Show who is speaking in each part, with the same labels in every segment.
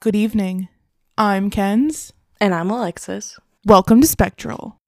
Speaker 1: Good evening. I'm Ken's.
Speaker 2: And I'm Alexis.
Speaker 1: Welcome to Spectral.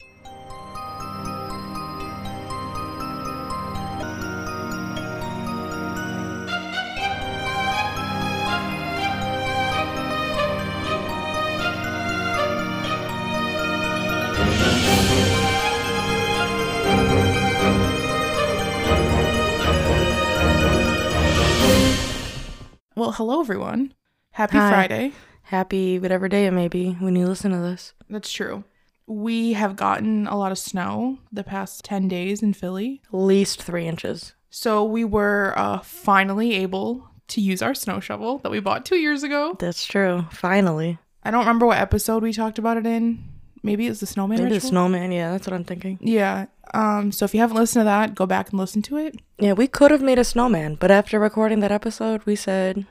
Speaker 1: Well, hello everyone. Happy
Speaker 2: Hi.
Speaker 1: Friday.
Speaker 2: Happy whatever day it may be when you listen to this.
Speaker 1: That's true. We have gotten a lot of snow the past 10 days in Philly.
Speaker 2: At least three inches.
Speaker 1: So we were uh, finally able to use our snow shovel that we bought two years ago.
Speaker 2: That's true. Finally.
Speaker 1: I don't remember what episode we talked about it in. Maybe it was the snowman
Speaker 2: Maybe the
Speaker 1: ritual?
Speaker 2: snowman. Yeah, that's what I'm thinking.
Speaker 1: yeah. Um, so if you haven't listened to that, go back and listen to it.
Speaker 2: Yeah, we could have made a snowman, but after recording that episode, we said,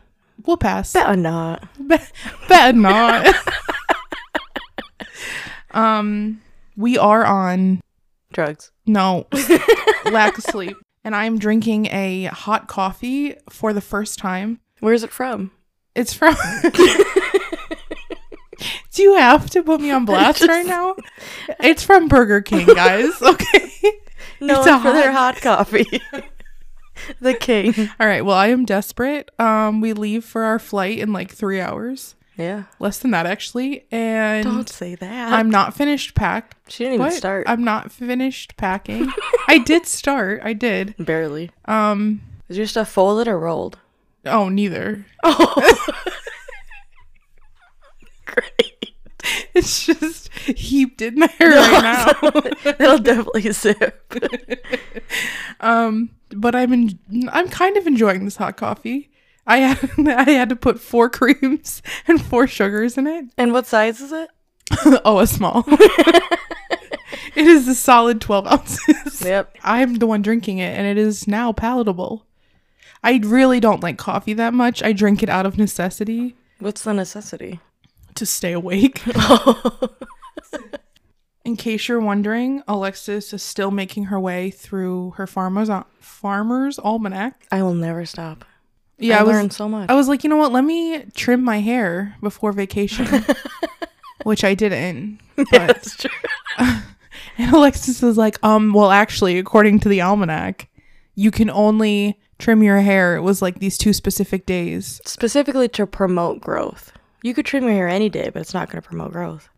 Speaker 1: We'll pass.
Speaker 2: better not.
Speaker 1: Be- better not. um, we are on
Speaker 2: Drugs.
Speaker 1: no lack of sleep, and I'm drinking a hot coffee for the first time.
Speaker 2: Where's it from?
Speaker 1: It's from. Do you have to put me on blast
Speaker 2: Just-
Speaker 1: right now? It's from Burger King, guys. Okay.
Speaker 2: No,
Speaker 1: It's
Speaker 2: it's,
Speaker 1: a
Speaker 2: for their hot coffee. the king.
Speaker 1: All right. Well, I am desperate. Um, we leave for our flight in like three hours,
Speaker 2: Yeah.
Speaker 1: less than that actually, and
Speaker 2: Don't say that.
Speaker 1: I'm not finished packed.
Speaker 2: she didn't even
Speaker 1: What?
Speaker 2: start.
Speaker 1: I'm not finished packing. I did start. I did.
Speaker 2: Barely.
Speaker 1: Um.
Speaker 2: Is your stuff folded or rolled?
Speaker 1: Oh, neither.
Speaker 2: Oh. Great.
Speaker 1: It's just heaped in there right now.
Speaker 2: It'll definitely zip.
Speaker 1: Um. But I'm in, I'm kind of enjoying this hot coffee. I had I had to put four creams and four sugars in it.
Speaker 2: And what size is it?
Speaker 1: oh, a small. it is a solid twelve ounces.
Speaker 2: Yep.
Speaker 1: I'm the one drinking it, and it is now palatable. I really don't like coffee that much. I drink it out of necessity
Speaker 2: What's the necessity?
Speaker 1: to stay awake. In case you're wondering, Alexis is still making her way through her farmer's farmer's almanac.
Speaker 2: I will never stop.
Speaker 1: Yeah, I,
Speaker 2: I,
Speaker 1: was
Speaker 2: learned so much.
Speaker 1: I was like, you know what? Let me trim my hair before vacation, which I didn't. But
Speaker 2: That's true.
Speaker 1: and Alexis was like, um, well, actually, according to the almanac, you can only trim your hair. It was like these two specific days.
Speaker 2: Specifically to promote growth. You could trim your hair any day, but it's not going to promote growth.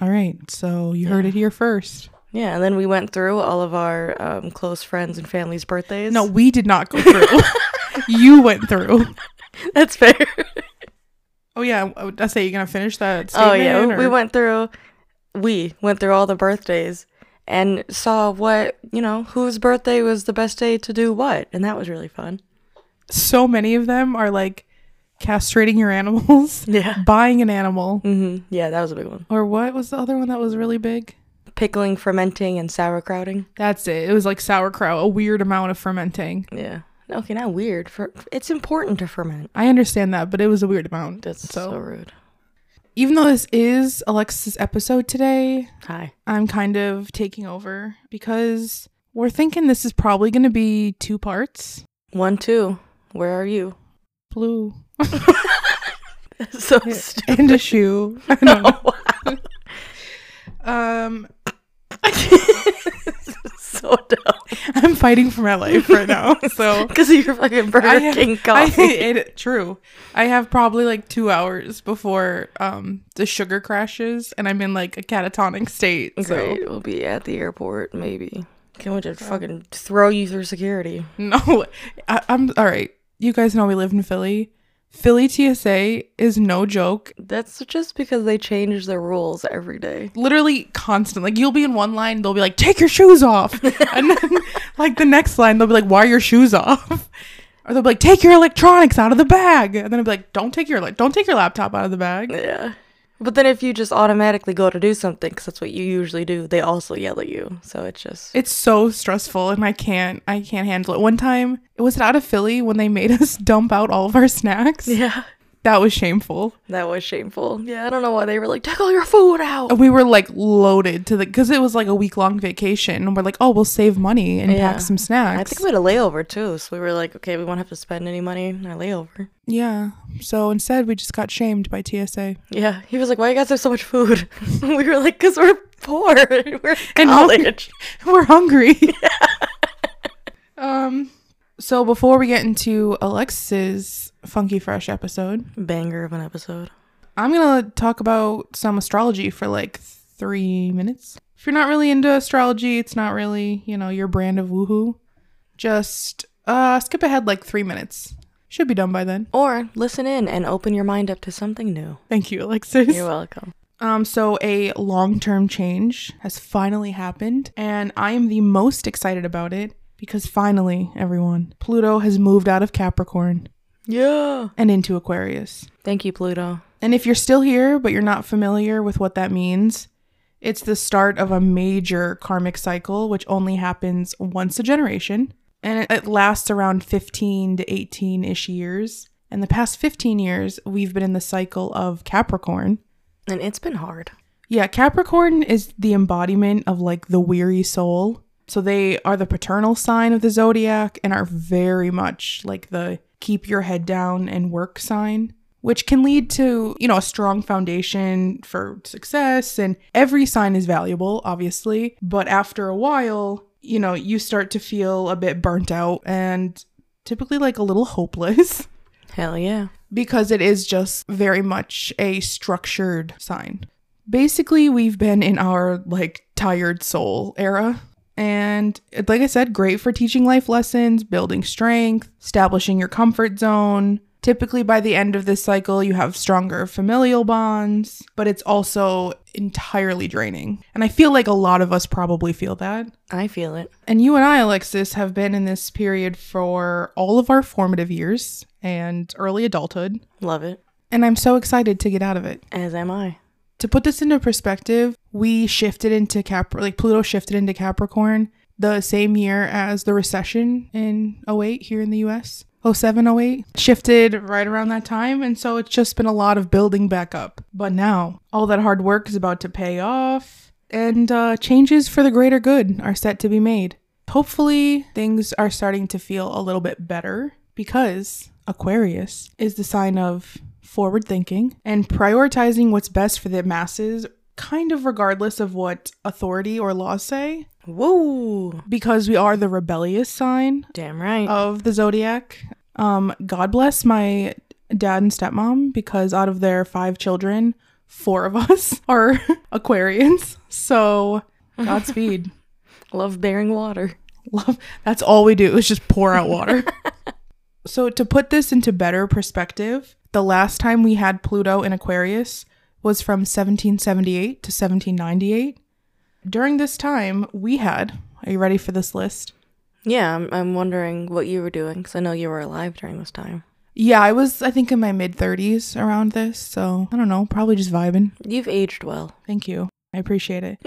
Speaker 1: All right, so you heard it here first.
Speaker 2: Yeah, and then we went through all of our um, close friends and family's birthdays.
Speaker 1: No, we did not go through. you went through.
Speaker 2: that's fair.
Speaker 1: Oh yeah, I say you're gonna finish that. Statement,
Speaker 2: oh yeah,
Speaker 1: or-
Speaker 2: we went through. We went through all the birthdays and saw what you know whose birthday was the best day to do what, and that was really fun.
Speaker 1: so many of them are like castrating your animals,
Speaker 2: Yeah.
Speaker 1: buying an animal,
Speaker 2: hmm Yeah, that was a big one.
Speaker 1: or what was the other one that was really big?
Speaker 2: Pickling, fermenting, and sauerkrauting.
Speaker 1: That's it. It was like sauerkraut, a weird amount of fermenting.
Speaker 2: Yeah. Okay, not weird. For it's important to ferment.
Speaker 1: I understand that, but it was a weird amount.
Speaker 2: That's so,
Speaker 1: so,
Speaker 2: rude.
Speaker 1: even though this is Alexis' episode today,
Speaker 2: Hi.
Speaker 1: I'm kind of taking over because we're thinking this is probably going to be two parts.
Speaker 2: One, two. Where are you?
Speaker 1: Blue
Speaker 2: so stupid.
Speaker 1: and a shoe. I don't know.
Speaker 2: Wow.
Speaker 1: Um,
Speaker 2: so dumb.
Speaker 1: I'm fighting for my life right now. So
Speaker 2: Because of your fucking Burger
Speaker 1: I have-
Speaker 2: King
Speaker 1: I
Speaker 2: coffee.
Speaker 1: it true. I have probably like two hours before um the sugar crashes, and I'm in like a catatonic state. So
Speaker 2: Great. We'll be at the airport, maybe. Can we just fucking throw you through security?
Speaker 1: no, I, I'm all right. You guys know we live in Philly. Philly TSA is no joke.
Speaker 2: That's just because they change their rules every day.
Speaker 1: Literally constant. Like you'll be in one line, they'll be like, "Take your shoes off," and then like the next line, they'll be like, "Why are your shoes off?" Or they'll be like, "Take your electronics out of the bag," and then I'll be like, "Don't take your like, don't take your laptop out of the bag."
Speaker 2: Yeah. But then if you just automatically go to do something, because that's what you usually do, they also yell at you. So it's just.
Speaker 1: It's so stressful and I can't I can't handle it. One time, it was out of Philly when they made us dump out all of our snacks.
Speaker 2: yeah.
Speaker 1: That was shameful.
Speaker 2: That was shameful. Yeah, I don't know why they were like, take all your food out.
Speaker 1: And we were like loaded to the because it was like a week long vacation, and we're like, oh, we'll save money and
Speaker 2: Yeah.
Speaker 1: pack some snacks.
Speaker 2: I think we had a layover too, so we were like, okay, we won't have to spend any money on our layover.
Speaker 1: yeah. So instead, we just got shamed by TSA.
Speaker 2: Yeah, he was like, why you guys have so much food? we were like, because we're poor. we're in
Speaker 1: And hungry.
Speaker 2: college.
Speaker 1: we're hungry. um. So before we get into Alexis's funky fresh episode,
Speaker 2: Banger of an episode.
Speaker 1: I'm gonna talk about some astrology for like three minutes. If you're not really into astrology, it's not really you know your brand of woohoo. Just uh, skip ahead like three minutes. Should be done by then.
Speaker 2: Or listen in and open your mind up to something new.
Speaker 1: Thank you, Alexis.
Speaker 2: You're welcome.
Speaker 1: Um, so a long-term change has finally happened, and I am the most excited about it because finally, everyone, Pluto has moved out of Capricorn
Speaker 2: Yeah.
Speaker 1: and into Aquarius.
Speaker 2: Thank you, Pluto.
Speaker 1: And if you're still here but you're not familiar with what that means, it's the start of a major karmic cycle which only happens once a generation and it, it lasts around 15 to 18-ish years. And the past 15 years, we've been in the cycle of Capricorn,
Speaker 2: And it's been hard.
Speaker 1: yeah, Capricorn is the embodiment of like the weary soul. So they are the paternal sign of the zodiac and are very much like the keep your head down and work sign, which can lead to, you know, a strong foundation for success. And every sign is valuable, obviously. But after a while, you know, you start to feel a bit burnt out and typically like a little hopeless
Speaker 2: Hell yeah.
Speaker 1: because it is just very much a structured sign. Basically, we've been in our like tired soul era. And it- like I said, great for teaching life lessons, building strength, establishing your comfort zone. Typically, by the end of this cycle, you have stronger familial bonds, but it's also entirely draining. And I feel like a lot of us probably feel that.
Speaker 2: I feel it.
Speaker 1: And you and I, Alexis, have been in this period for all of our formative years and early adulthood.
Speaker 2: Love it.
Speaker 1: And I'm so excited to get out of it.
Speaker 2: As am I.
Speaker 1: To put this into perspective, we shifted into Cap like Pluto shifted into Capricorn the same year as the recession in 08 here in the oh US. 07 08 shifted right around that time and so it's just been a lot of building back up. But now all that hard work is about to pay off and uh, changes for the greater good are set to be made. Hopefully things are starting to feel a little bit better because Aquarius is the sign of forward thinking and prioritizing what's best for the masses, kind of regardless of what authority or laws say,
Speaker 2: Woo.
Speaker 1: because we are the rebellious sign
Speaker 2: Damn right.
Speaker 1: of the zodiac. Um, God bless my dad and stepmom because out of their five children, four of us are Aquarians. So, Godspeed.
Speaker 2: Love bearing water.
Speaker 1: love that's all we do is just pour out water so to put this into better perspective the last time we had pluto in aquarius was from 1778 to 1798 during this time we had are you ready for this list
Speaker 2: Yeah, I'm, I'm wondering what you were doing because I know you were alive during this time.
Speaker 1: yeah i was i think in my mid 30s around this so i don't know probably just vibing
Speaker 2: You've aged well.
Speaker 1: Thank you. I appreciate it.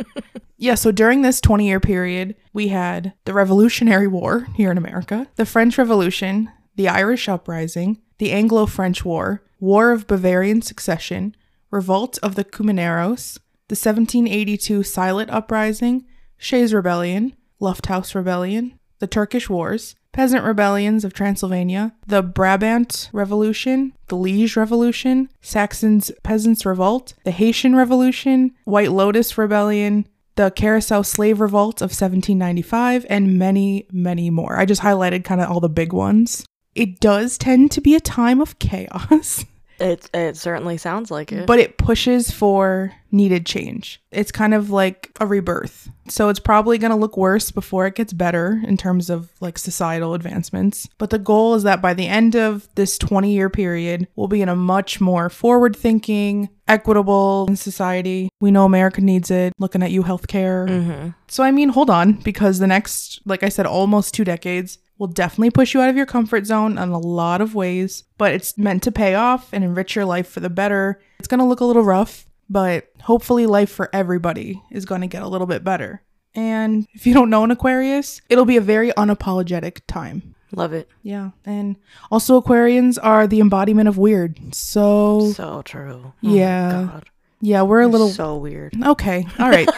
Speaker 1: yeah, so during this 20 year period, we had the Revolutionary War here in America, the French Revolution, the Irish Uprising, the Anglo French War, War of Bavarian Succession, Revolt of the Cumaneros, the 1782 Silent Uprising, Shays Rebellion, Lufthouse Rebellion, the Turkish Wars, peasant rebellions of Transylvania, the Brabant Revolution, the Liege Revolution, Saxon's Peasants' Revolt, the Haitian Revolution, White Lotus Rebellion, the Carousel Slave Revolt of 1795, and many, many more. I just highlighted kind of all the big ones. It does tend to be a time of chaos.
Speaker 2: It it certainly sounds like it.
Speaker 1: But it pushes for needed change. It's kind of like a rebirth. So it's probably going to look worse before it gets better in terms of like societal advancements. But the goal is that by the end of this 20 year period, we'll be in a much more forward thinking, equitable society. We know America needs it. Looking at you, healthcare. So, I mean, hold on, because the next, like I said, almost two decades will definitely push you out of your comfort zone in a lot of ways, but it's meant to pay off and enrich your life for the better. It's going to look a little rough, but hopefully, life for everybody is going to get a little bit better. And if you don't know an Aquarius, it'll be a very unapologetic time.
Speaker 2: Love it.
Speaker 1: Yeah. And also, Aquarians are the embodiment of weird. So,
Speaker 2: So true.
Speaker 1: Yeah.
Speaker 2: Oh my God.
Speaker 1: yeah, we're a little.
Speaker 2: So weird.
Speaker 1: Okay. All right.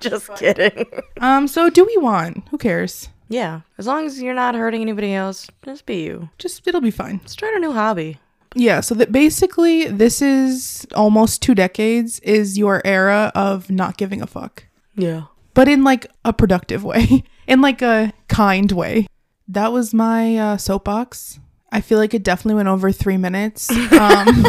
Speaker 2: Just kidding.
Speaker 1: um, so, do we want? Who cares?
Speaker 2: yeah. As long as you're not hurting anybody else, just be you.
Speaker 1: Just, it'll be fine.
Speaker 2: Let's start a new hobby.
Speaker 1: Yeah, so that basically this is almost two decades is your era of not giving a fuck.
Speaker 2: Yeah.
Speaker 1: But in like a productive way, in like a kind way. That was my uh, soapbox. I feel like it definitely went over three minutes. Um,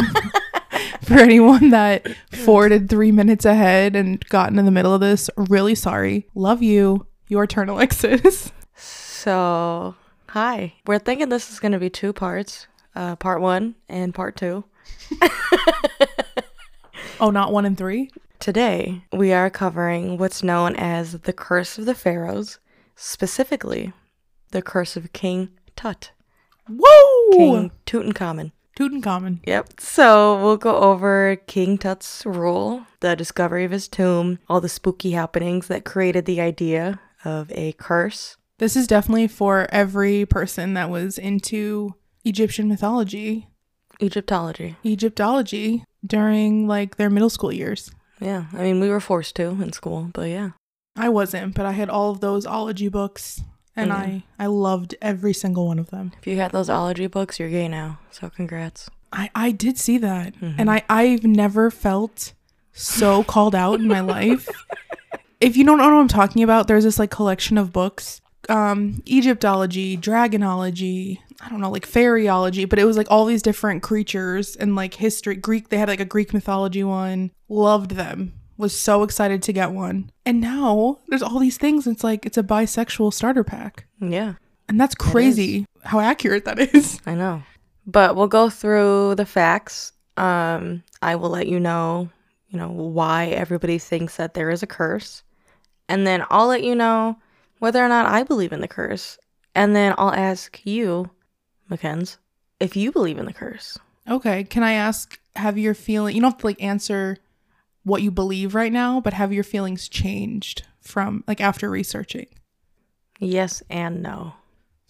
Speaker 1: for anyone that forwarded three minutes ahead and gotten in the middle of this, really sorry. Love you. Your turn, Alexis.
Speaker 2: So, hi. We're thinking this is going to be two parts uh, part one and part two.
Speaker 1: oh, not one and three?
Speaker 2: Today, we are covering what's known as the Curse of the Pharaohs, specifically the Curse of King Tut,
Speaker 1: Whoa!
Speaker 2: King Tutankhamun.
Speaker 1: Tutankhamun.
Speaker 2: Yep. So we'll go over King Tut's rule, the discovery of his tomb, all the spooky happenings that created the idea of a curse.
Speaker 1: This is definitely for every person that was into Egyptian mythology,
Speaker 2: Egyptology.
Speaker 1: Egyptology during like their middle school years.
Speaker 2: Yeah. I mean, we were forced to in school, but yeah.
Speaker 1: I wasn't, but I had all of those ology books and
Speaker 2: Yeah.
Speaker 1: I I loved every single one of them.
Speaker 2: If you had those ology books, you're gay now. So congrats.
Speaker 1: I I did see that and I I've never felt so called out in my life. If you don't know what I'm talking about, there's this like collection of books um Egyptology, dragonology, I don't know, like fairyology, but it was like all these different creatures and like history Greek, they had like a Greek mythology one. Loved them. Was so excited to get one. And now there's all these things. It's like it's a bisexual starter pack.
Speaker 2: Yeah.
Speaker 1: And that's crazy how accurate that is.
Speaker 2: I know. But we'll go through the facts. Um, I will let you know, you know, why everybody thinks that there is a curse. And then I'll let you know whether or not I believe in the curse. And then I'll ask you, McKenz, if you believe in the curse.
Speaker 1: Okay. Can I ask, have your feeling, you don't have to like answer what you believe right now, but have your feelings changed from like after researching?
Speaker 2: Yes and no.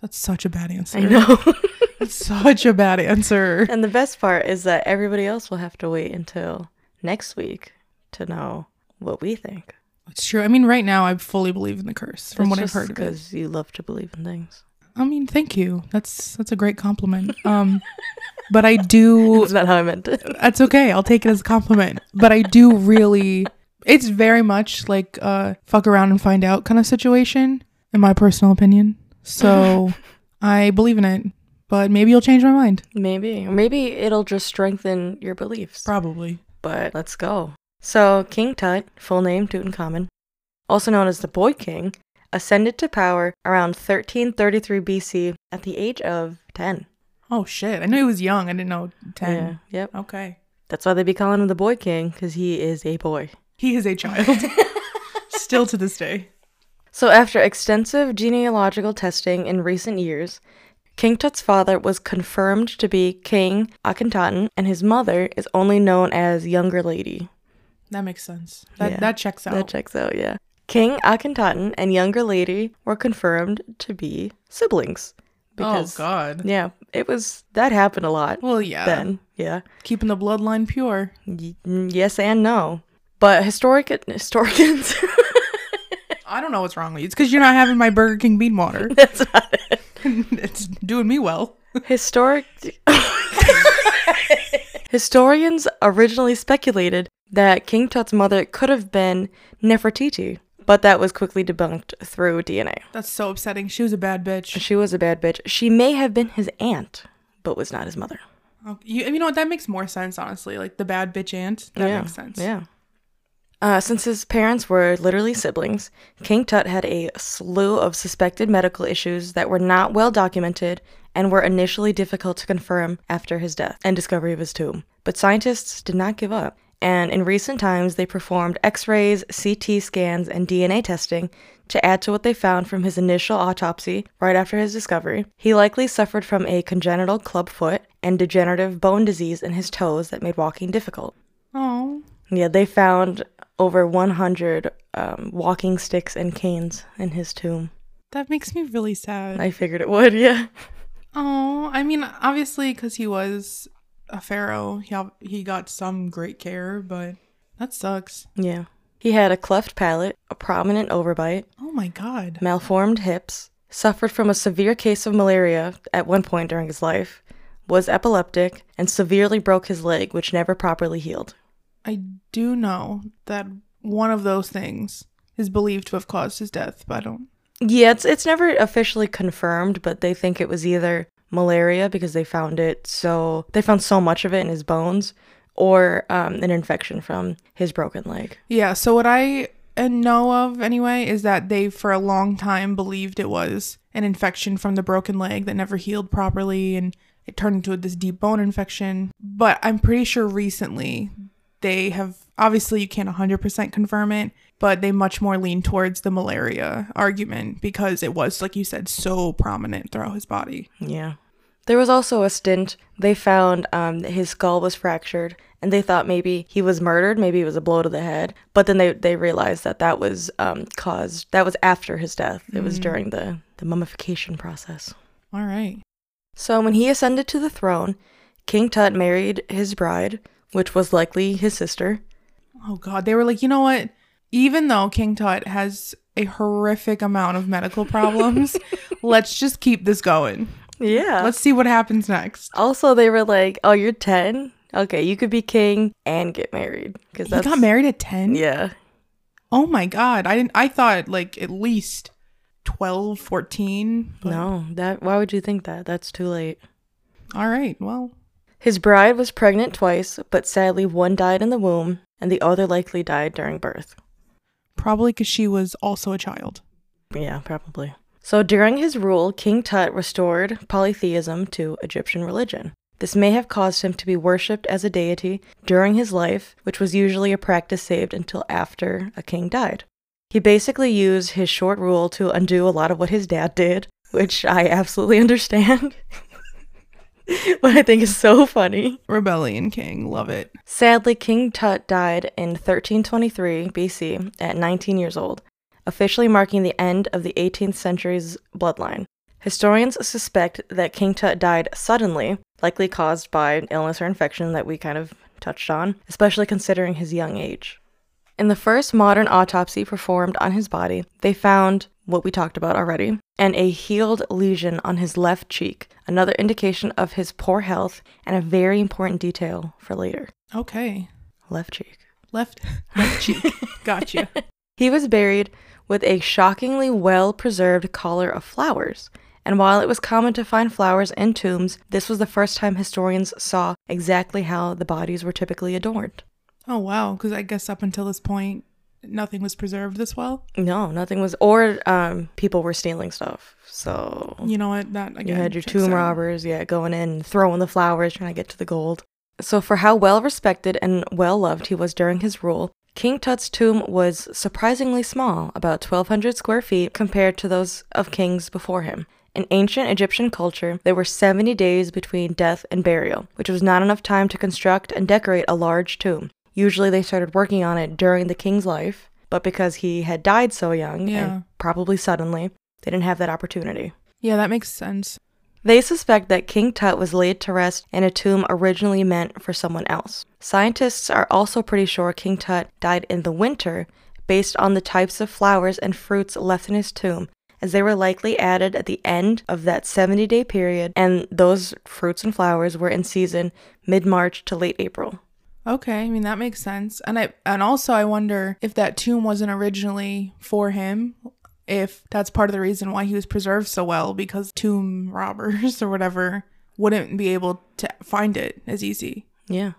Speaker 1: That's such a bad answer.
Speaker 2: I know.
Speaker 1: That's such a bad answer.
Speaker 2: and the best part is that everybody else will have to wait until next week to know what we think.
Speaker 1: It's true. I mean, right now I fully believe in the curse from what I've heard of it.
Speaker 2: Because you love to believe in things.
Speaker 1: I mean, thank you. That's that's a great compliment. Um but I do
Speaker 2: That's not how I meant it.
Speaker 1: That's okay. I'll take it as a compliment. But I do really it's very much like a fuck around and find out kind of situation, in my personal opinion. So I believe in it. But maybe you'll change my mind.
Speaker 2: Maybe. Or Maybe it'll just strengthen your beliefs.
Speaker 1: Probably.
Speaker 2: But let's go. So, King Tut, full name Tutankhamun, also known as the Boy King, ascended to power around 1333 BC at the age of 10.
Speaker 1: Oh shit. I knew he was young. I didn't know ten. Oh.
Speaker 2: Yeah, yep.
Speaker 1: Okay.
Speaker 2: That's why they be calling him the Boy King, because he is a boy.
Speaker 1: He is a child. Still to this day.
Speaker 2: So, after extensive genealogical testing in recent years, King Tut's father was confirmed to be King Akhenaten, and his mother is only known as Younger Lady.
Speaker 1: That makes sense. That
Speaker 2: Yeah.
Speaker 1: that checks out.
Speaker 2: That checks out, yeah. King Akhenaten and younger lady were confirmed to be siblings.
Speaker 1: oh god.
Speaker 2: Yeah, it was that happened a lot
Speaker 1: Well yeah.
Speaker 2: then. Yeah.
Speaker 1: Keeping the bloodline pure.
Speaker 2: Y- mm, yes and no. But historic historians
Speaker 1: I don't know what's wrong with you. It's because you're not having my Burger King bean water.
Speaker 2: that's not it.
Speaker 1: it's doing me well.
Speaker 2: Historic Historians originally speculated that King Tut's mother could have been Nefertiti, but that was quickly debunked through DNA.
Speaker 1: That's so upsetting. She was a bad bitch.
Speaker 2: She was a bad bitch. She may have been his aunt, but was not his mother.
Speaker 1: Oh, You, you know what? That makes more sense, honestly. Like the bad bitch aunt. That
Speaker 2: yeah.
Speaker 1: makes sense.
Speaker 2: Yeah. Uh, since his parents were literally siblings, King Tut had a slew of suspected medical issues that were not well documented and were initially difficult to confirm after his death and discovery of his tomb. But scientists did not give up, and in recent times they performed x rays, CT scans, and DNA testing to add to what they found from his initial autopsy right after his discovery. He likely suffered from a congenital club foot and degenerative bone disease in his toes that made walking difficult.
Speaker 1: Oh.
Speaker 2: Yeah, they found over 100 um, walking sticks and canes in his tomb.
Speaker 1: That makes me really sad.
Speaker 2: I figured it would, yeah.
Speaker 1: Oh, I mean, obviously, because he was a pharaoh, he ob- he got some great care, but that sucks.
Speaker 2: Yeah. He had a cleft palate, a prominent overbite,
Speaker 1: Oh my god.
Speaker 2: malformed hips, suffered from a severe case of malaria at one point during his life, was epileptic, and severely broke his leg, which never properly healed.
Speaker 1: I do know that one of those things is believed to have caused his death, but I don't.
Speaker 2: Yeah, it's it's never officially confirmed, but they think it was either malaria because they found it so they found so much of it in his bones, or um, an infection from his broken leg.
Speaker 1: Yeah, so what I uh, know of anyway is that they, for a long time, believed it was an infection from the broken leg that never healed properly and it turned into this deep bone infection. But I'm pretty sure recently they have obviously you can't 100% confirm it, but they much more lean towards the malaria argument because it was, like you said, so prominent throughout his body.
Speaker 2: Yeah. There was also a stint they found um, that his skull was fractured, and they thought maybe he was murdered, maybe it was a blow to the head. But then they, they realized that that was um, caused, that was after his death. It was during the, the mummification process.
Speaker 1: All right.
Speaker 2: So when he ascended to the throne, King Tut married his bride, which was likely his sister.
Speaker 1: Oh god, they were like, you know what? Even though King Tut has a horrific amount of medical problems, let's just keep this going.
Speaker 2: Yeah.
Speaker 1: Let's see what happens next.
Speaker 2: also, they were like, oh, you're 10? Okay, you could be king and get married. Because
Speaker 1: He got married at 10?
Speaker 2: Yeah.
Speaker 1: Oh my god. I didn't I thought like at least 12, 14. but-
Speaker 2: No, that why would you think that? That's too late.
Speaker 1: All right. Well,
Speaker 2: His bride was pregnant twice, but sadly one died in the womb and the other likely died during birth.
Speaker 1: probably cuz she was also a child.
Speaker 2: Yeah, probably. So during his rule, King Tut restored polytheism to Egyptian religion. This may have caused him to be worshipped as a deity during his life, which was usually a practice saved until after a king died. He basically used his short rule to undo a lot of what his dad did, which I absolutely understand. but I think is so funny.
Speaker 1: Rebellion King, love it.
Speaker 2: Sadly, King Tut died in 1323 BC at 19 years old, officially marking the end of the 18th century's bloodline. Historians suspect that King Tut died suddenly, likely caused by an illness or infection that we kind of touched on, especially considering his young age. In the first modern autopsy performed on his body, they found what we talked about already and a healed lesion on his left cheek, another indication of his poor health and a very important detail for later
Speaker 1: Okay.
Speaker 2: left cheek.
Speaker 1: Left left cheek. Gotcha.
Speaker 2: He was buried with a shockingly well preserved collar of flowers. And while it was common to find flowers in tombs, this was the first time historians saw exactly how the bodies were typically adorned.
Speaker 1: Oh wow, cuz I guess up until this point nothing was preserved this well.
Speaker 2: No, nothing was, or um, people were stealing stuff. So
Speaker 1: You know what? That again.
Speaker 2: You had your
Speaker 1: checks
Speaker 2: tomb
Speaker 1: out.
Speaker 2: robbers, yeah, going in, throwing the flowers, trying to get to the gold. So, for how well respected and well loved he was during his rule, King Tut's tomb was surprisingly small, about 1,200 square feet compared to those of kings before him. In ancient Egyptian culture, there were 70 days between death and burial, which was not enough time to construct and decorate a large tomb. Usually, they started working on it during the king's life, but because he had died so young,
Speaker 1: Yeah.
Speaker 2: and probably suddenly, they didn't have that opportunity.
Speaker 1: Yeah, that makes sense.
Speaker 2: They suspect that King Tut was laid to rest in a tomb originally meant for someone else. Scientists are also pretty sure King Tut died in the winter based on the types of flowers and fruits left in his tomb, as they were likely added at the end of that 70 day period, and those fruits and flowers were in season mid March to late April.
Speaker 1: Okay, I mean that makes sense. And I and also I wonder if that tomb wasn't originally for him, if that's part of the reason why he was preserved so well because tomb robbers or whatever wouldn't be able to find it as easy.
Speaker 2: Yeah.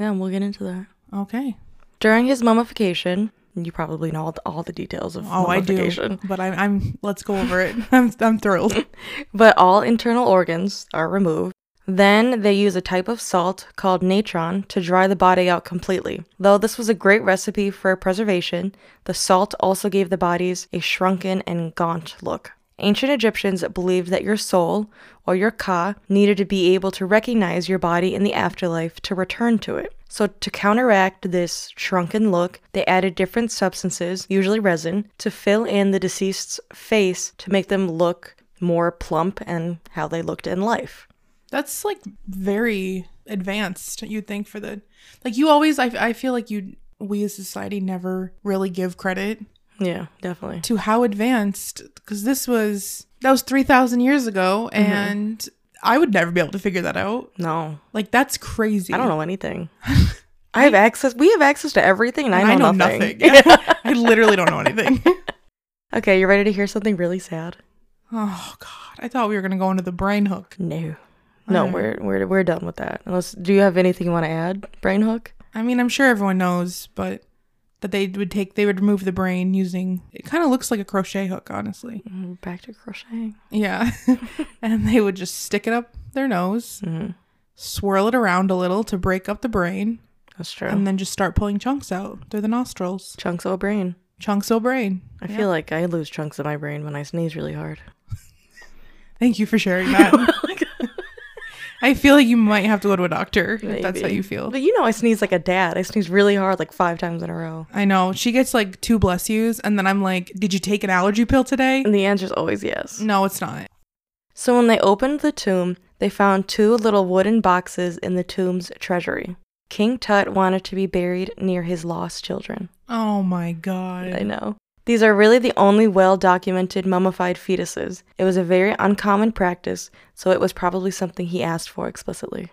Speaker 2: Yeah, we'll get into that.
Speaker 1: Okay.
Speaker 2: During his mummification, you probably know all the, all the details of
Speaker 1: Oh, I
Speaker 2: mummification.
Speaker 1: do. But I'm, I'm let's go over it. I'm I'm thrilled.
Speaker 2: but all internal organs are removed. Then they use a type of salt called natron to dry the body out completely. Though this was a great recipe for preservation, the salt also gave the bodies a shrunken and gaunt look. Ancient Egyptians believed that your soul, or your ka, needed to be able to recognize your body in the afterlife to return to it. So, to counteract this shrunken look, they added different substances, usually resin, to fill in the deceased's face to make them look more plump and how they looked in life.
Speaker 1: That's like very advanced, you'd think, for the. Like, you always, I, I feel like you, we as society never really give credit
Speaker 2: Yeah, definitely.
Speaker 1: to how advanced, because this was, that was 3,000 years ago,
Speaker 2: Mm-hmm.
Speaker 1: and I would never be able to figure that out.
Speaker 2: No,
Speaker 1: Like, that's crazy.
Speaker 2: I don't know anything. I have access. We have access to everything, and I
Speaker 1: And
Speaker 2: know, nothing.
Speaker 1: Yeah. I literally don't know anything.
Speaker 2: okay, you ready to hear something really sad?
Speaker 1: Oh, God. I thought we were going to go into the brain hook.
Speaker 2: No, no,
Speaker 1: Alright.
Speaker 2: we're we're we're done with that. Unless, do you have anything you want to add, Brain Hook?
Speaker 1: I mean, I'm sure everyone knows, but that they would take, they would remove the brain using, it kind of looks like a crochet hook, honestly.
Speaker 2: Mm, Back to crocheting.
Speaker 1: Yeah. and they would just stick it up their nose,
Speaker 2: Mhm.
Speaker 1: swirl it around a little to break up the brain,
Speaker 2: That's true.
Speaker 1: and then just start pulling chunks out through the nostrils.
Speaker 2: chunks of a brain.
Speaker 1: Chunks of brain.
Speaker 2: I feel like I lose chunks of my brain when I sneeze really hard.
Speaker 1: Thank you for sharing that. I feel like you might have to go to a doctor if that's how
Speaker 2: Maybe.
Speaker 1: you feel.
Speaker 2: But you know, I sneeze like a dad. I sneeze really hard, like five times in a row.
Speaker 1: I know. She gets like two bless yous, and then I'm like, Did you take an allergy pill today?
Speaker 2: And the answer's always yes.
Speaker 1: No, it's not.
Speaker 2: So when they opened the tomb, they found two little wooden boxes in the tomb's treasury. King Tut wanted to be buried near his lost children.
Speaker 1: Oh my God.
Speaker 2: I know. These are really the only well documented mummified fetuses. It was a very uncommon practice, so it was probably something he asked for explicitly.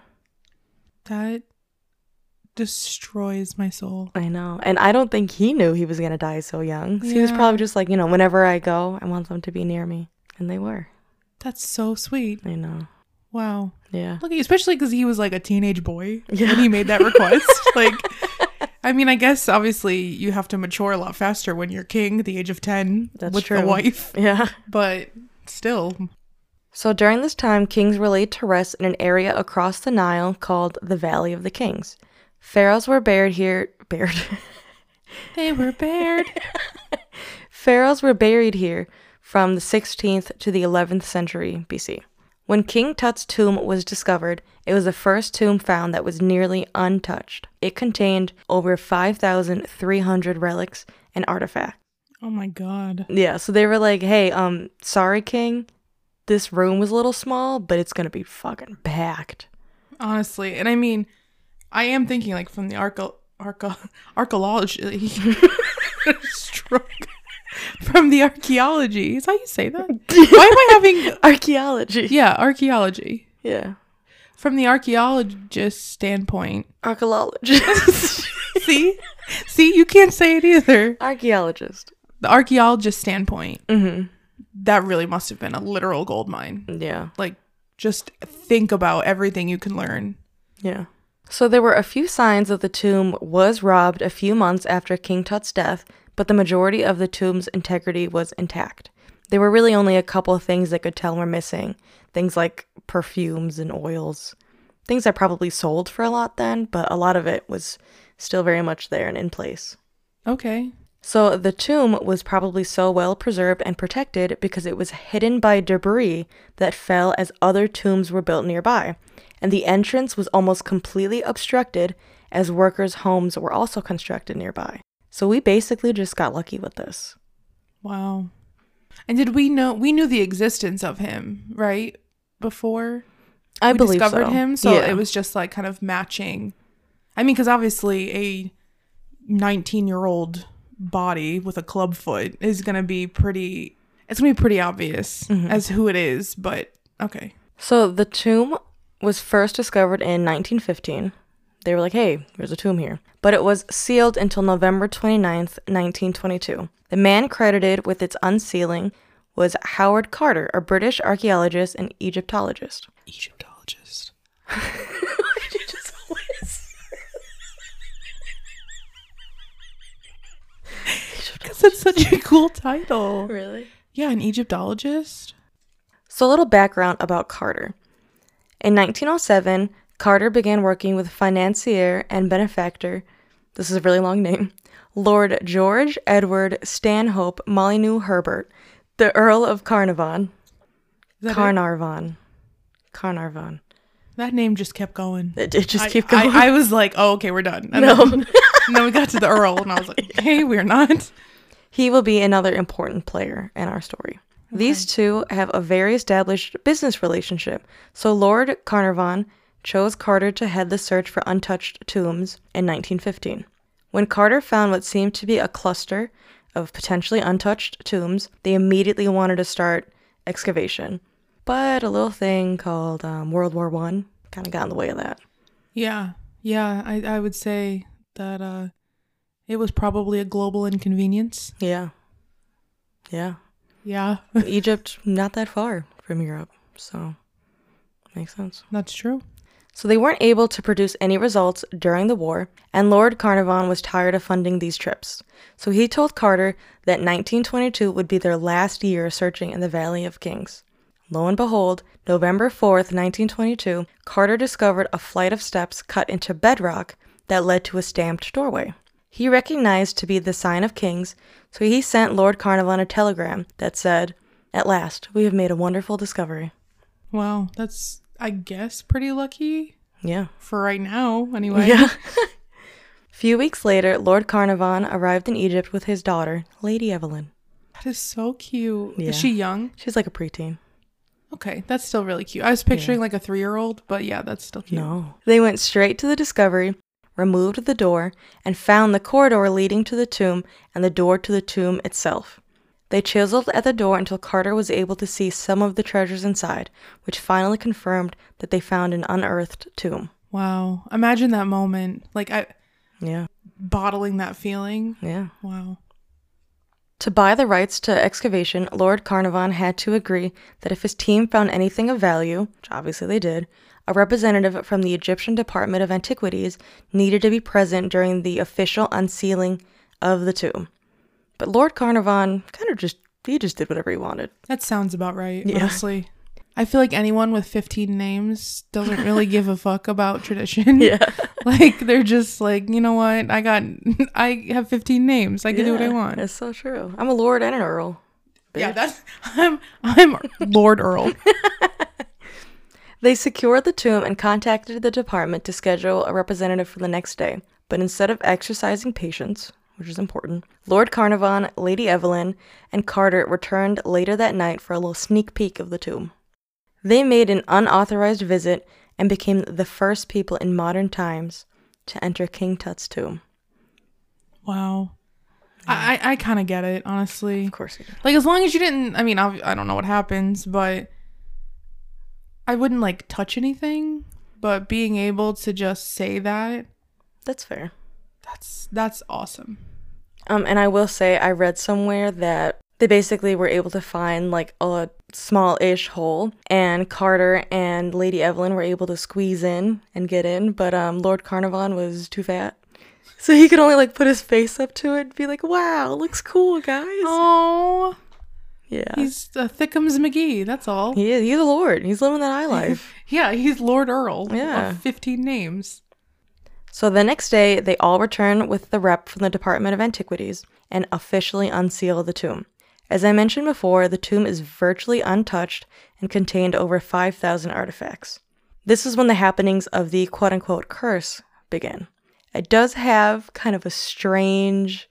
Speaker 1: That destroys my soul.
Speaker 2: I know. And I don't think he knew he was going to die so young. So He was
Speaker 1: Yeah.
Speaker 2: probably just like, you know, whenever I go, I want them to be near me. And they were.
Speaker 1: That's so sweet.
Speaker 2: I know.
Speaker 1: Wow.
Speaker 2: Yeah.
Speaker 1: Look, at you, especially because he was like a teenage boy
Speaker 2: Yeah.
Speaker 1: when he made that request. like, I mean, I guess obviously you have to mature a lot faster when you're king, at the age of ten,
Speaker 2: That's
Speaker 1: with
Speaker 2: true.
Speaker 1: the wife.
Speaker 2: Yeah.
Speaker 1: But still,
Speaker 2: So during this time, kings were laid to rest in an area across the Nile called the Valley of the Kings. Pharaohs were buried here. Buried.
Speaker 1: they were bared.
Speaker 2: Pharaohs were buried here from the 16th to the 11th century BC. When King Tut's tomb was discovered, it was the first tomb found that was nearly untouched. It contained over 5,300 relics and artifacts.
Speaker 1: oh my god.
Speaker 2: Yeah, so they were like, "Hey, um, sorry, King, this room was a little small, but it's gonna be fucking packed."
Speaker 1: Honestly, and I mean, I am thinking like from the arco arco archaeology stroke from the archaeology. Is that how you say that? Why am I having?
Speaker 2: Archaeology.
Speaker 1: Yeah, archaeology.
Speaker 2: Yeah,
Speaker 1: From the archaeologist's standpoint,
Speaker 2: archaeologist.
Speaker 1: See? See, you can't say it either.
Speaker 2: Archaeologist.
Speaker 1: The archaeologist standpoint,
Speaker 2: Mm-hmm.
Speaker 1: that really must have been a literal gold mine.
Speaker 2: Yeah.
Speaker 1: Like, just think about everything you can learn.
Speaker 2: Yeah. So there were a few signs that the tomb was robbed a few months after King Tut's death, but the majority of the tomb's integrity was intact. There were really only a couple of things that could tell were missing things like perfumes and oils, things that probably sold for a lot then, but a lot of it was still very much there and in place.
Speaker 1: Okay.
Speaker 2: So the tomb was probably so well preserved and protected because it was hidden by debris that fell as other tombs were built nearby. And the entrance was almost completely obstructed as workers' homes were also constructed nearby. So we basically just got lucky with this.
Speaker 1: Wow. And did we know? We knew the existence of him, right? Before
Speaker 2: I
Speaker 1: we
Speaker 2: believe
Speaker 1: discovered
Speaker 2: so.
Speaker 1: him. So
Speaker 2: Yeah.
Speaker 1: it was just like kind of matching. I mean, because obviously a 19 year old body with a club foot is going to be pretty, it's going to be pretty obvious
Speaker 2: Mm-hmm.
Speaker 1: as who it is. But okay.
Speaker 2: So the tomb was first discovered in 1915. They were like, hey, there's a tomb here. But it was sealed until November 29th, 1922. The man credited with its unsealing was Howard Carter, a British archaeologist and Egyptologist.
Speaker 1: Egyptologist. Because that's such a cool title.
Speaker 2: Really?
Speaker 1: Yeah, an Egyptologist.
Speaker 2: So, a little background about Carter. In 1907, Carter began working with financier and benefactor, this is a really long name, Lord George Edward Stanhope Molyneux Herbert, the Earl of Carnarvon.
Speaker 1: Is that it?
Speaker 2: Carnarvon. Carnarvon.
Speaker 1: That name just kept going.
Speaker 2: It did just
Speaker 1: I-
Speaker 2: keep going.
Speaker 1: I, I was like, oh, okay, we're done. And
Speaker 2: No.
Speaker 1: Then, and then we got to the Earl, and I was like, okay, we're not.
Speaker 2: He will be another important player in our story. These two have a very established business relationship, so Lord Carnarvon chose Carter to head the search for untouched tombs in 1915. When Carter found what seemed to be a cluster of potentially untouched tombs, they immediately wanted to start excavation. But a little thing called um, World War One kind of got in the way of that.
Speaker 1: Yeah. Yeah. I, I would say that uh, it was probably a global inconvenience.
Speaker 2: Yeah. Yeah.
Speaker 1: Yeah.
Speaker 2: Egypt, not that far from Europe, so makes sense.
Speaker 1: That's true.
Speaker 2: So they weren't able to produce any results during the war, and Lord Carnarvon was tired of funding these trips. So he told Carter that 1922 would be their last year searching in the Valley of Kings. Lo and behold, November 4th, 1922, Carter discovered a flight of steps cut into bedrock that led to a stamped doorway. He recognized to be the sign of kings, so he sent Lord Carnarvon a telegram that said, At last, we have made a wonderful discovery.
Speaker 1: Wow. That's, I guess, pretty lucky
Speaker 2: Yeah.
Speaker 1: for right now, anyway.
Speaker 2: Yeah. Few weeks later, Lord Carnarvon arrived in Egypt with his daughter, Lady Evelyn.
Speaker 1: That is so cute.
Speaker 2: Yeah.
Speaker 1: Is she young?
Speaker 2: She's like a preteen.
Speaker 1: Okay. That's still really cute. I was picturing like a three year old, but yeah, that's still cute.
Speaker 2: No. They went straight to the discovery, removed the door, and found the corridor leading to the tomb and the door to the tomb itself. They chiseled at the door until Carter was able to see some of the treasures inside, which finally confirmed that they found an unearthed tomb.
Speaker 1: Wow. Imagine that moment. Like, I
Speaker 2: Yeah.
Speaker 1: bottling that feeling.
Speaker 2: Yeah.
Speaker 1: Wow.
Speaker 2: To buy the rights to excavation, Lord Carnarvon had to agree that if his team found anything of value, which obviously they did, a representative from the Egyptian Department of Antiquities needed to be present during the official unsealing of the tomb. But Lord Carnarvon kind of just he just did whatever he wanted.
Speaker 1: That sounds about right,
Speaker 2: Yeah.
Speaker 1: honestly. I feel like anyone with 15 names doesn't really give a fuck about tradition. like, they're just like, you know what? I got, I have 15 names. I can do what I want.
Speaker 2: That's so true. I'm a lord and an earl.
Speaker 1: Yeah, that's, I'm, I'm Lord Earl.
Speaker 2: They secured the tomb and contacted the department to schedule a representative for the next day. But instead of exercising patience, which is important, Lord Carnarvon, Lady Evelyn, and Carter returned later that night for a little sneak peek of the tomb. They made an unauthorized visit and became the first people in modern times to enter King Tut's tomb.
Speaker 1: Wow. I, I, I kind of get it, honestly.
Speaker 2: Of course, they did.
Speaker 1: Like, as long as you didn't, I mean, obvi- I don't know what happens, but I wouldn't like touch anything. But being able to just say that,
Speaker 2: that's fair.
Speaker 1: that's, that's awesome.
Speaker 2: Um, and I will say, I read somewhere that they basically were able to find like a small ish hole, and Carter and Lady Evelyn were able to squeeze in and get in, but um, Lord Carnarvon was too fat. So he could only like put his face up to it and be like, wow, looks cool, guys.
Speaker 1: Oh.
Speaker 2: yeah.
Speaker 1: He's uh, Thickums McGee. That's all.
Speaker 2: He is, he's a lord. He's living that high life.
Speaker 1: Yeah, he's Lord Earl.
Speaker 2: Yeah.
Speaker 1: of fifteen names.
Speaker 2: so the next day, they all return with the rep from the Department of Antiquities and officially unseal the tomb. As I mentioned before, the tomb is virtually untouched and contained over 5,000 artifacts. This is when the happenings of the quote unquote curse begin. It does have kind of a strange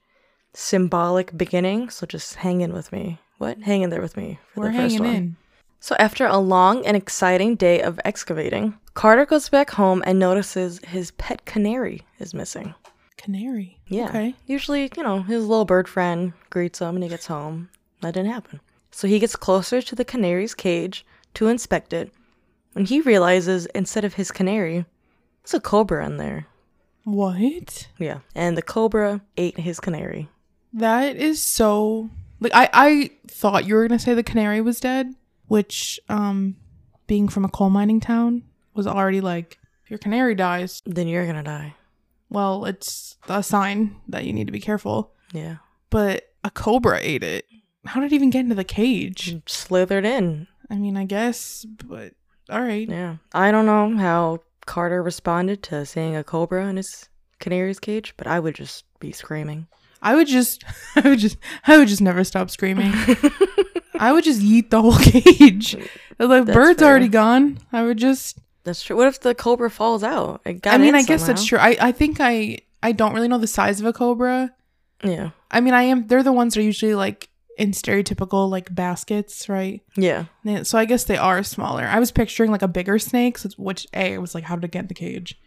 Speaker 2: symbolic beginning, so just hang in with me. What? Hang in there with me for
Speaker 1: We're
Speaker 2: the first
Speaker 1: hanging
Speaker 2: one.
Speaker 1: in.
Speaker 2: So, after a long and exciting day of excavating, Carter goes back home and notices his pet canary is missing.
Speaker 1: Canary.
Speaker 2: Yeah.
Speaker 1: Okay.
Speaker 2: Usually, you know, his little bird friend greets him and he gets home. That didn't happen. So, he gets closer to the canary's cage to inspect it, and he realizes instead of his canary, there's a cobra in there.
Speaker 1: What?
Speaker 2: Yeah. And the cobra ate his canary.
Speaker 1: That is so. Like I, I thought you were gonna say the canary was dead, which, um, being from a coal mining town, was already like if your canary dies,
Speaker 2: Then you're gonna die.
Speaker 1: well, it's a sign that you need to be careful.
Speaker 2: Yeah.
Speaker 1: But a cobra ate it. How did it even get into the cage?
Speaker 2: Mm. Slithered in.
Speaker 1: I mean, I guess, but all right.
Speaker 2: Yeah. I don't know how Carter responded to seeing a cobra in his canary's cage, but I would just be screaming.
Speaker 1: I would just, I would just, I would just never stop screaming. I would just yeet the whole cage. Like
Speaker 2: That's
Speaker 1: bird's
Speaker 2: fair.
Speaker 1: already gone. I would just
Speaker 2: That's true. What if the cobra falls out? It got
Speaker 1: I mean,
Speaker 2: in
Speaker 1: I guess
Speaker 2: somehow.
Speaker 1: that's true. I, I think I I don't really know the size of a cobra.
Speaker 2: Yeah.
Speaker 1: I mean, I am. They're the ones that are usually like in stereotypical like baskets, right?
Speaker 2: Yeah.
Speaker 1: Yeah, So I guess they are smaller. I was picturing like a bigger snake, so it's- which A, I was like, how did it get in the cage?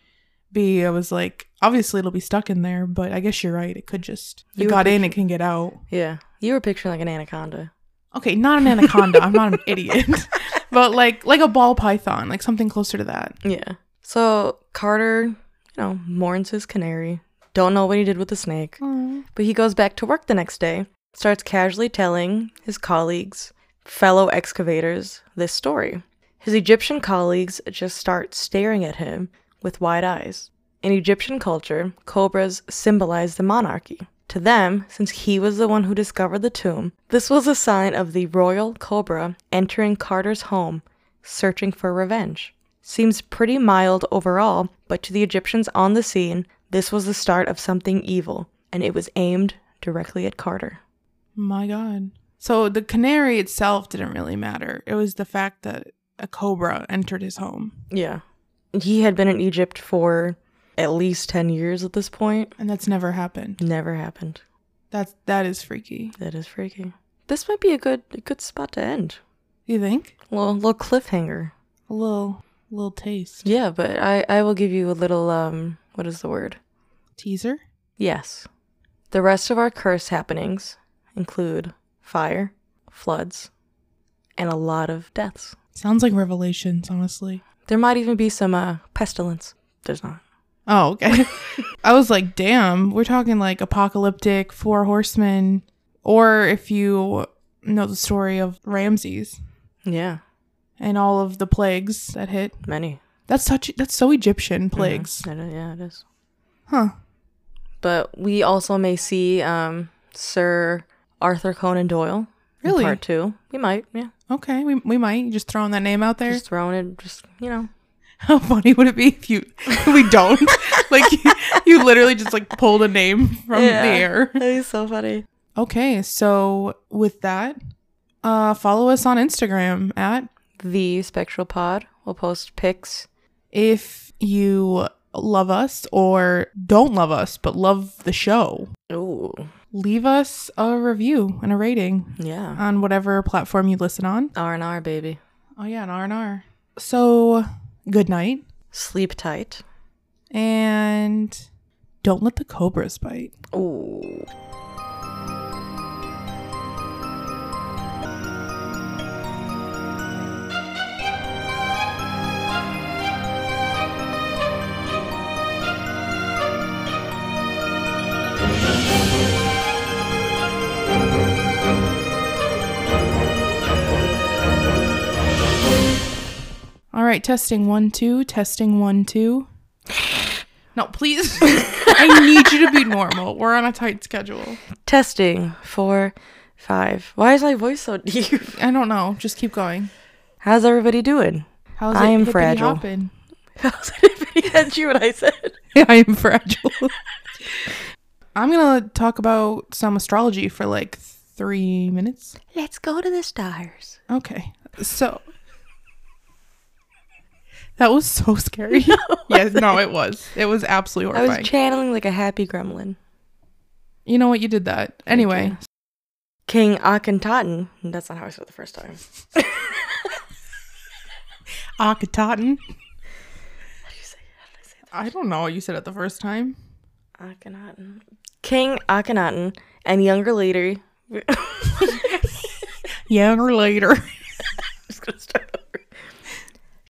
Speaker 1: B, I was like, obviously it'll be stuck in there, but I guess you're right. It could just, if
Speaker 2: You
Speaker 1: it
Speaker 2: were
Speaker 1: got in, it can get out.
Speaker 2: Yeah. You were picturing like an anaconda.
Speaker 1: Okay, not an anaconda. I'm not an idiot. But like like a ball python, like something closer to that.
Speaker 2: Yeah. So Carter, you know, mourns his canary. Don't know what he did with the snake. But he goes back to work the next day, starts casually telling his colleagues, fellow excavators, this story. His Egyptian colleagues just start staring at him with wide eyes. In Egyptian culture, cobras symbolize the monarchy. To them, since he was the one who discovered the tomb, this was a sign of the royal cobra entering Carter's home, searching for revenge. Seems pretty mild overall, but to the Egyptians on the scene, this was the start of something evil, and it was aimed directly at Carter.
Speaker 1: My God. So the canary itself didn't really matter. It was the fact that a cobra entered his home.
Speaker 2: Yeah. He had been in Egypt for at least 10 years at this point.
Speaker 1: And that's never happened.
Speaker 2: Never happened.
Speaker 1: That's that is freaky.
Speaker 2: That is freaky. This might be a good a good spot to end.
Speaker 1: You think?
Speaker 2: little, little cliffhanger.
Speaker 1: A little little taste.
Speaker 2: Yeah, but I, I will give you a little, um, what is the word?
Speaker 1: Teaser?
Speaker 2: Yes. The rest of our curse happenings include fire, floods, and a lot of deaths.
Speaker 1: Sounds like revelations, honestly.
Speaker 2: There might even be some uh, pestilence. There's not.
Speaker 1: Oh, okay. I was like, damn, we're talking like apocalyptic four horsemen. Or if you know the story of Ramses.
Speaker 2: Yeah,
Speaker 1: and all of the plagues that hit.
Speaker 2: many.
Speaker 1: That's such that's so Egyptian plagues.
Speaker 2: It is- yeah, it is.
Speaker 1: Huh.
Speaker 2: But we also may see um, Sir Arthur Conan Doyle. in
Speaker 1: Really?
Speaker 2: Part two. We might, yeah.
Speaker 1: Okay, we we might just throwing that name out there.
Speaker 2: Just throwing it, just, you know.
Speaker 1: How funny would it be if you we don't like you, you literally just like pulled a name from the air.
Speaker 2: That is so funny.
Speaker 1: Okay, so with that, uh follow us on Instagram at
Speaker 2: The Spectral Pod will post pics.
Speaker 1: if you love us or don't love us but love the show.
Speaker 2: Ooh,
Speaker 1: Leave us a review and a rating
Speaker 2: yeah.
Speaker 1: on whatever platform you listen on.
Speaker 2: R&R, baby.
Speaker 1: Oh yeah, an R and R. So good night,
Speaker 2: Sleep tight.
Speaker 1: and don't let the cobras bite.
Speaker 2: Ooh.
Speaker 1: All right, testing one two, testing one two. No, please. I need you to be normal. We're on a tight schedule.
Speaker 2: Testing. Four, five. Why is my voice so deep?
Speaker 1: I don't know. Just keep going.
Speaker 2: How's everybody doing?
Speaker 1: How's
Speaker 2: I am
Speaker 1: hippity
Speaker 2: fragile.
Speaker 1: hoppin'?
Speaker 2: How's everybody? That's you what I said.
Speaker 1: I am fragile. I'm gonna talk about some astrology for like three minutes.
Speaker 2: Let's go to the stars.
Speaker 1: Okay. So that was so scary. yes, no, it was. It was absolutely
Speaker 2: I
Speaker 1: horrifying.
Speaker 2: was channeling like a happy gremlin.
Speaker 1: you know what? You did that. Anyway,
Speaker 2: King Akhenaten. That's not how I said it the first time.
Speaker 1: Akhenaten.
Speaker 2: How do you say it? How did I say
Speaker 1: I don't know. You said it the first time.
Speaker 2: that? Akhenaten. King Akhenaten and younger lady. I'm
Speaker 1: Yeah, or later.
Speaker 2: just gonna start